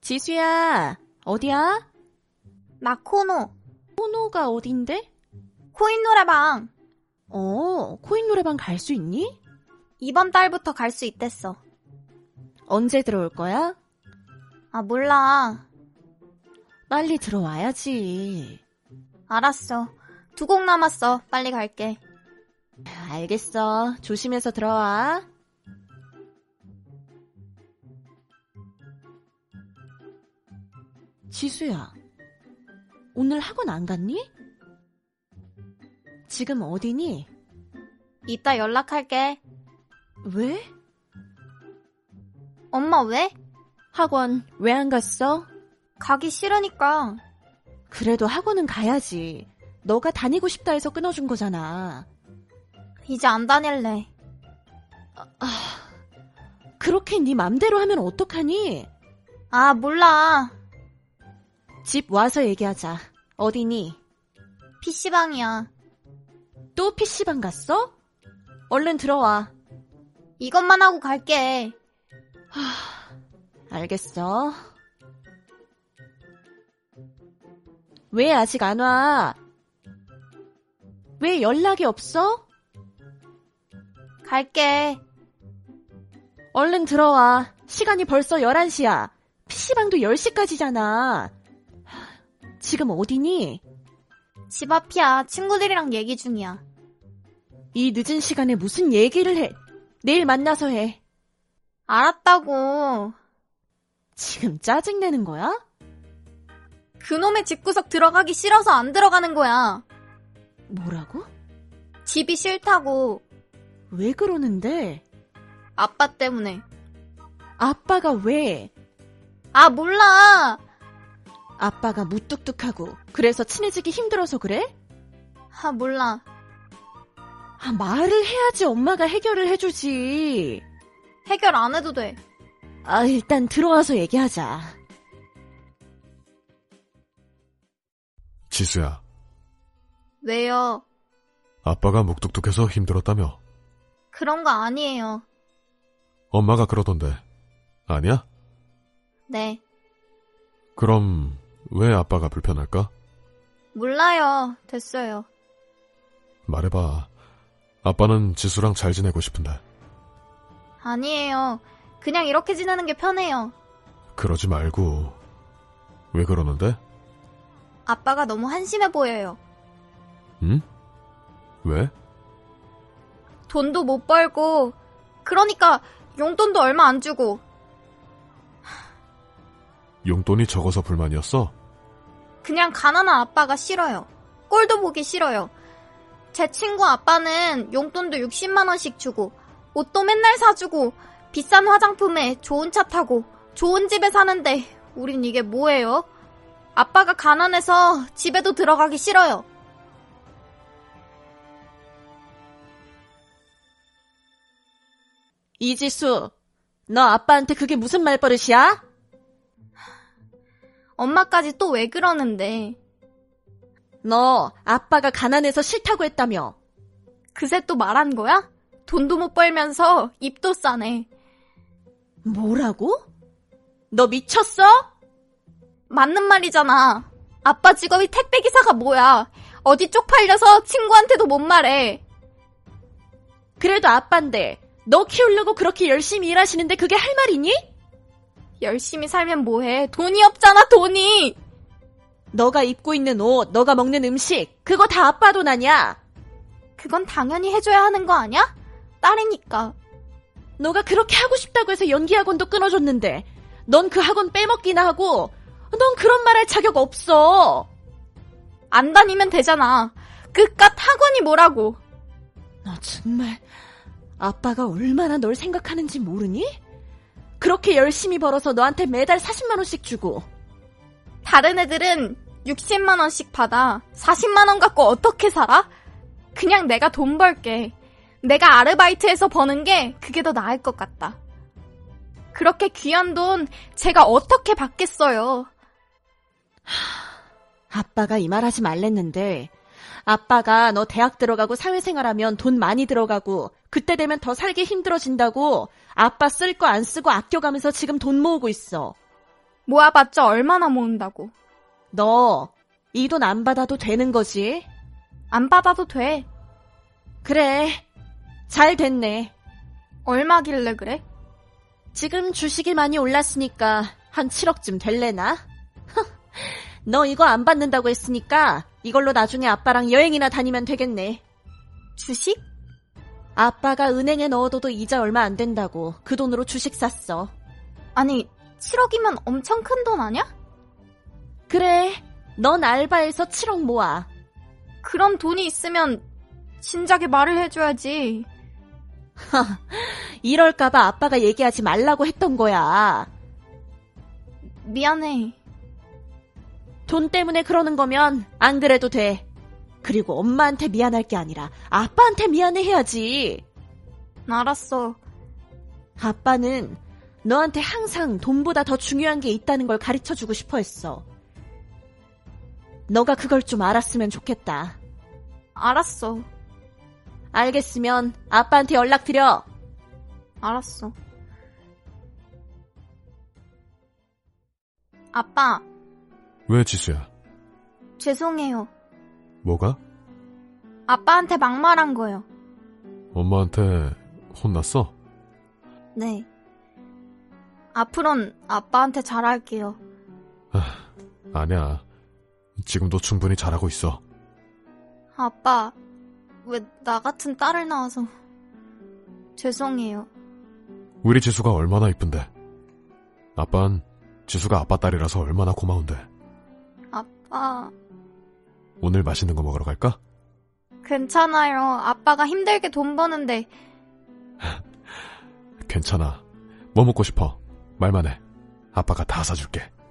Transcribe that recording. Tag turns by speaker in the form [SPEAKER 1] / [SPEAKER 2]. [SPEAKER 1] 지수야, 어디야?
[SPEAKER 2] 마코노,
[SPEAKER 1] 코노가 어딘데?
[SPEAKER 2] 코인 노래방.
[SPEAKER 1] 어, 코인 노래방 갈 수 있니?
[SPEAKER 2] 이번 달부터 갈 수 있댔어.
[SPEAKER 1] 언제 들어올 거야?
[SPEAKER 2] 아, 몰라.
[SPEAKER 1] 빨리 들어와야지.
[SPEAKER 2] 알았어. 두 곡 남았어. 빨리 갈게.
[SPEAKER 1] 알겠어. 조심해서 들어와. 지수야, 오늘 학원 안 갔니? 지금 어디니?
[SPEAKER 2] 이따 연락할게.
[SPEAKER 1] 왜?
[SPEAKER 2] 엄마 왜?
[SPEAKER 1] 학원 왜 안 갔어?
[SPEAKER 2] 가기 싫으니까.
[SPEAKER 1] 그래도 학원은 가야지. 너가 다니고 싶다 해서 끊어준 거잖아.
[SPEAKER 2] 이제 안 다닐래.
[SPEAKER 1] 그렇게 네 맘대로 하면 어떡하니?
[SPEAKER 2] 아, 몰라.
[SPEAKER 1] 집 와서 얘기하자. 어디니?
[SPEAKER 2] PC방이야.
[SPEAKER 1] 또 PC방 갔어? 얼른 들어와.
[SPEAKER 2] 이것만 하고 갈게.
[SPEAKER 1] 알겠어. 왜 아직 안 와? 왜 연락이 없어?
[SPEAKER 2] 갈게.
[SPEAKER 1] 얼른 들어와. 시간이 벌써 11시야. PC방도 10시까지잖아. 지금 어디니?
[SPEAKER 2] 집 앞이야. 친구들이랑 얘기 중이야.
[SPEAKER 1] 이 늦은 시간에 무슨 얘기를 해? 내일 만나서 해.
[SPEAKER 2] 알았다고.
[SPEAKER 1] 지금 짜증내는 거야?
[SPEAKER 2] 그놈의 집구석 들어가기 싫어서 안 들어가는 거야.
[SPEAKER 1] 뭐라고?
[SPEAKER 2] 집이 싫다고.
[SPEAKER 1] 왜 그러는데?
[SPEAKER 2] 아빠 때문에.
[SPEAKER 1] 아빠가 왜?
[SPEAKER 2] 아, 몰라.
[SPEAKER 1] 아빠가 무뚝뚝하고 그래서 친해지기 힘들어서 그래?
[SPEAKER 2] 아, 몰라.
[SPEAKER 1] 아, 말을 해야지 엄마가 해결을 해주지.
[SPEAKER 2] 해결 안 해도 돼.
[SPEAKER 1] 아, 일단 들어와서 얘기하자.
[SPEAKER 3] 지수야,
[SPEAKER 2] 왜요?
[SPEAKER 3] 아빠가 묵뚝뚝해서 힘들었다며.
[SPEAKER 2] 그런 거 아니에요.
[SPEAKER 3] 엄마가 그러던데. 아니야?
[SPEAKER 2] 네.
[SPEAKER 3] 그럼 왜 아빠가 불편할까?
[SPEAKER 2] 몰라요. 됐어요.
[SPEAKER 3] 말해봐. 아빠는 지수랑 잘 지내고 싶은데.
[SPEAKER 2] 아니에요. 그냥 이렇게 지내는 게 편해요.
[SPEAKER 3] 그러지 말고. 왜 그러는데?
[SPEAKER 2] 아빠가 너무 한심해 보여요.
[SPEAKER 3] 응? 왜?
[SPEAKER 2] 돈도 못 벌고, 그러니까 용돈도 얼마 안 주고,
[SPEAKER 3] 용돈이 적어서 불만이었어?
[SPEAKER 2] 그냥 가난한 아빠가 싫어요. 꼴도 보기 싫어요. 제 친구 아빠는 용돈도 60만원씩 주고, 옷도 맨날 사주고, 비싼 화장품에 좋은 차 타고, 좋은 집에 사는데, 우린 이게 뭐예요? 아빠가 가난해서 집에도 들어가기 싫어요.
[SPEAKER 1] 이지수, 너 아빠한테 그게 무슨 말버릇이야?
[SPEAKER 2] 엄마까지 또 왜 그러는데.
[SPEAKER 1] 너 아빠가 가난해서 싫다고 했다며.
[SPEAKER 2] 그새 또 말한 거야? 돈도 못 벌면서 입도 싸네.
[SPEAKER 1] 뭐라고? 너 미쳤어?
[SPEAKER 2] 맞는 말이잖아. 아빠 직업이 택배기사가 뭐야. 어디 쪽팔려서 친구한테도 못 말해.
[SPEAKER 1] 그래도 아빠인데 너 키우려고 그렇게 열심히 일하시는데 그게 할 말이니?
[SPEAKER 2] 열심히 살면 뭐해? 돈이 없잖아, 돈이!
[SPEAKER 1] 너가 입고 있는 옷, 너가 먹는 음식, 그거 다 아빠 돈 아니야.
[SPEAKER 2] 그건 당연히 해줘야 하는 거 아니야? 딸이니까.
[SPEAKER 1] 너가 그렇게 하고 싶다고 해서 연기 학원도 끊어줬는데 넌 그 학원 빼먹기나 하고 넌 그런 말 할 자격 없어.
[SPEAKER 2] 안 다니면 되잖아. 그깟 학원이 뭐라고.
[SPEAKER 1] 너 정말 아빠가 얼마나 널 생각하는지 모르니? 그렇게 열심히 벌어서 너한테 매달 40만 원씩 주고
[SPEAKER 2] 다른 애들은 60만원씩 받아. 40만원 갖고 어떻게 살아? 그냥 내가 돈 벌게. 내가 아르바이트해서 버는 게 그게 더 나을 것 같다. 그렇게 귀한 돈 제가 어떻게 받겠어요.
[SPEAKER 1] 아빠가 이 말 하지 말랬는데 아빠가 너 대학 들어가고 사회생활하면 돈 많이 들어가고 그때 되면 더 살기 힘들어진다고 아빠 쓸 거 안 쓰고 아껴가면서 지금 돈 모으고 있어.
[SPEAKER 2] 모아봤자 얼마나 모은다고.
[SPEAKER 1] 너 이 돈 안 받아도 되는 거지?
[SPEAKER 2] 안 받아도 돼.
[SPEAKER 1] 그래. 잘 됐네.
[SPEAKER 2] 얼마길래 그래?
[SPEAKER 1] 지금 주식이 많이 올랐으니까 한 7억쯤 될래나? 너 이거 안 받는다고 했으니까 이걸로 나중에 아빠랑 여행이나 다니면 되겠네.
[SPEAKER 2] 주식?
[SPEAKER 1] 아빠가 은행에 넣어둬도 이자 얼마 안 된다고 그 돈으로 주식 샀어.
[SPEAKER 2] 아니, 7억이면 엄청 큰 돈 아냐?
[SPEAKER 1] 그래. 넌 알바해서 7억 모아.
[SPEAKER 2] 그런 돈이 있으면 진작에 말을 해줘야지.
[SPEAKER 1] 이럴까봐 아빠가 얘기하지 말라고 했던 거야.
[SPEAKER 2] 미안해.
[SPEAKER 1] 돈 때문에 그러는 거면 안 그래도 돼. 그리고 엄마한테 미안할 게 아니라 아빠한테 미안해 해야지.
[SPEAKER 2] 알았어.
[SPEAKER 1] 아빠는 너한테 항상 돈보다 더 중요한 게 있다는 걸 가르쳐 주고 싶어 했어. 너가 그걸 좀 알았으면 좋겠다.
[SPEAKER 2] 알았어.
[SPEAKER 1] 알겠으면 아빠한테 연락드려.
[SPEAKER 2] 알았어. 아빠,
[SPEAKER 3] 왜 지수야?
[SPEAKER 2] 죄송해요.
[SPEAKER 3] 뭐가?
[SPEAKER 2] 아빠한테 막말한 거요.
[SPEAKER 3] 엄마한테 혼났어?
[SPEAKER 2] 네. 앞으론 아빠한테 잘할게요.
[SPEAKER 3] 아니야. 지금도 충분히 잘하고 있어.
[SPEAKER 2] 아빠, 왜 나 같은 딸을 낳아서. 죄송해요.
[SPEAKER 3] 우리 지수가 얼마나 이쁜데. 아빤 지수가 아빠 딸이라서 얼마나 고마운데.
[SPEAKER 2] 아빠,
[SPEAKER 3] 오늘 맛있는 거 먹으러 갈까?
[SPEAKER 2] 괜찮아요. 아빠가 힘들게 돈 버는데
[SPEAKER 3] 괜찮아. 뭐 먹고 싶어? 말만 해. 아빠가 다 사줄게.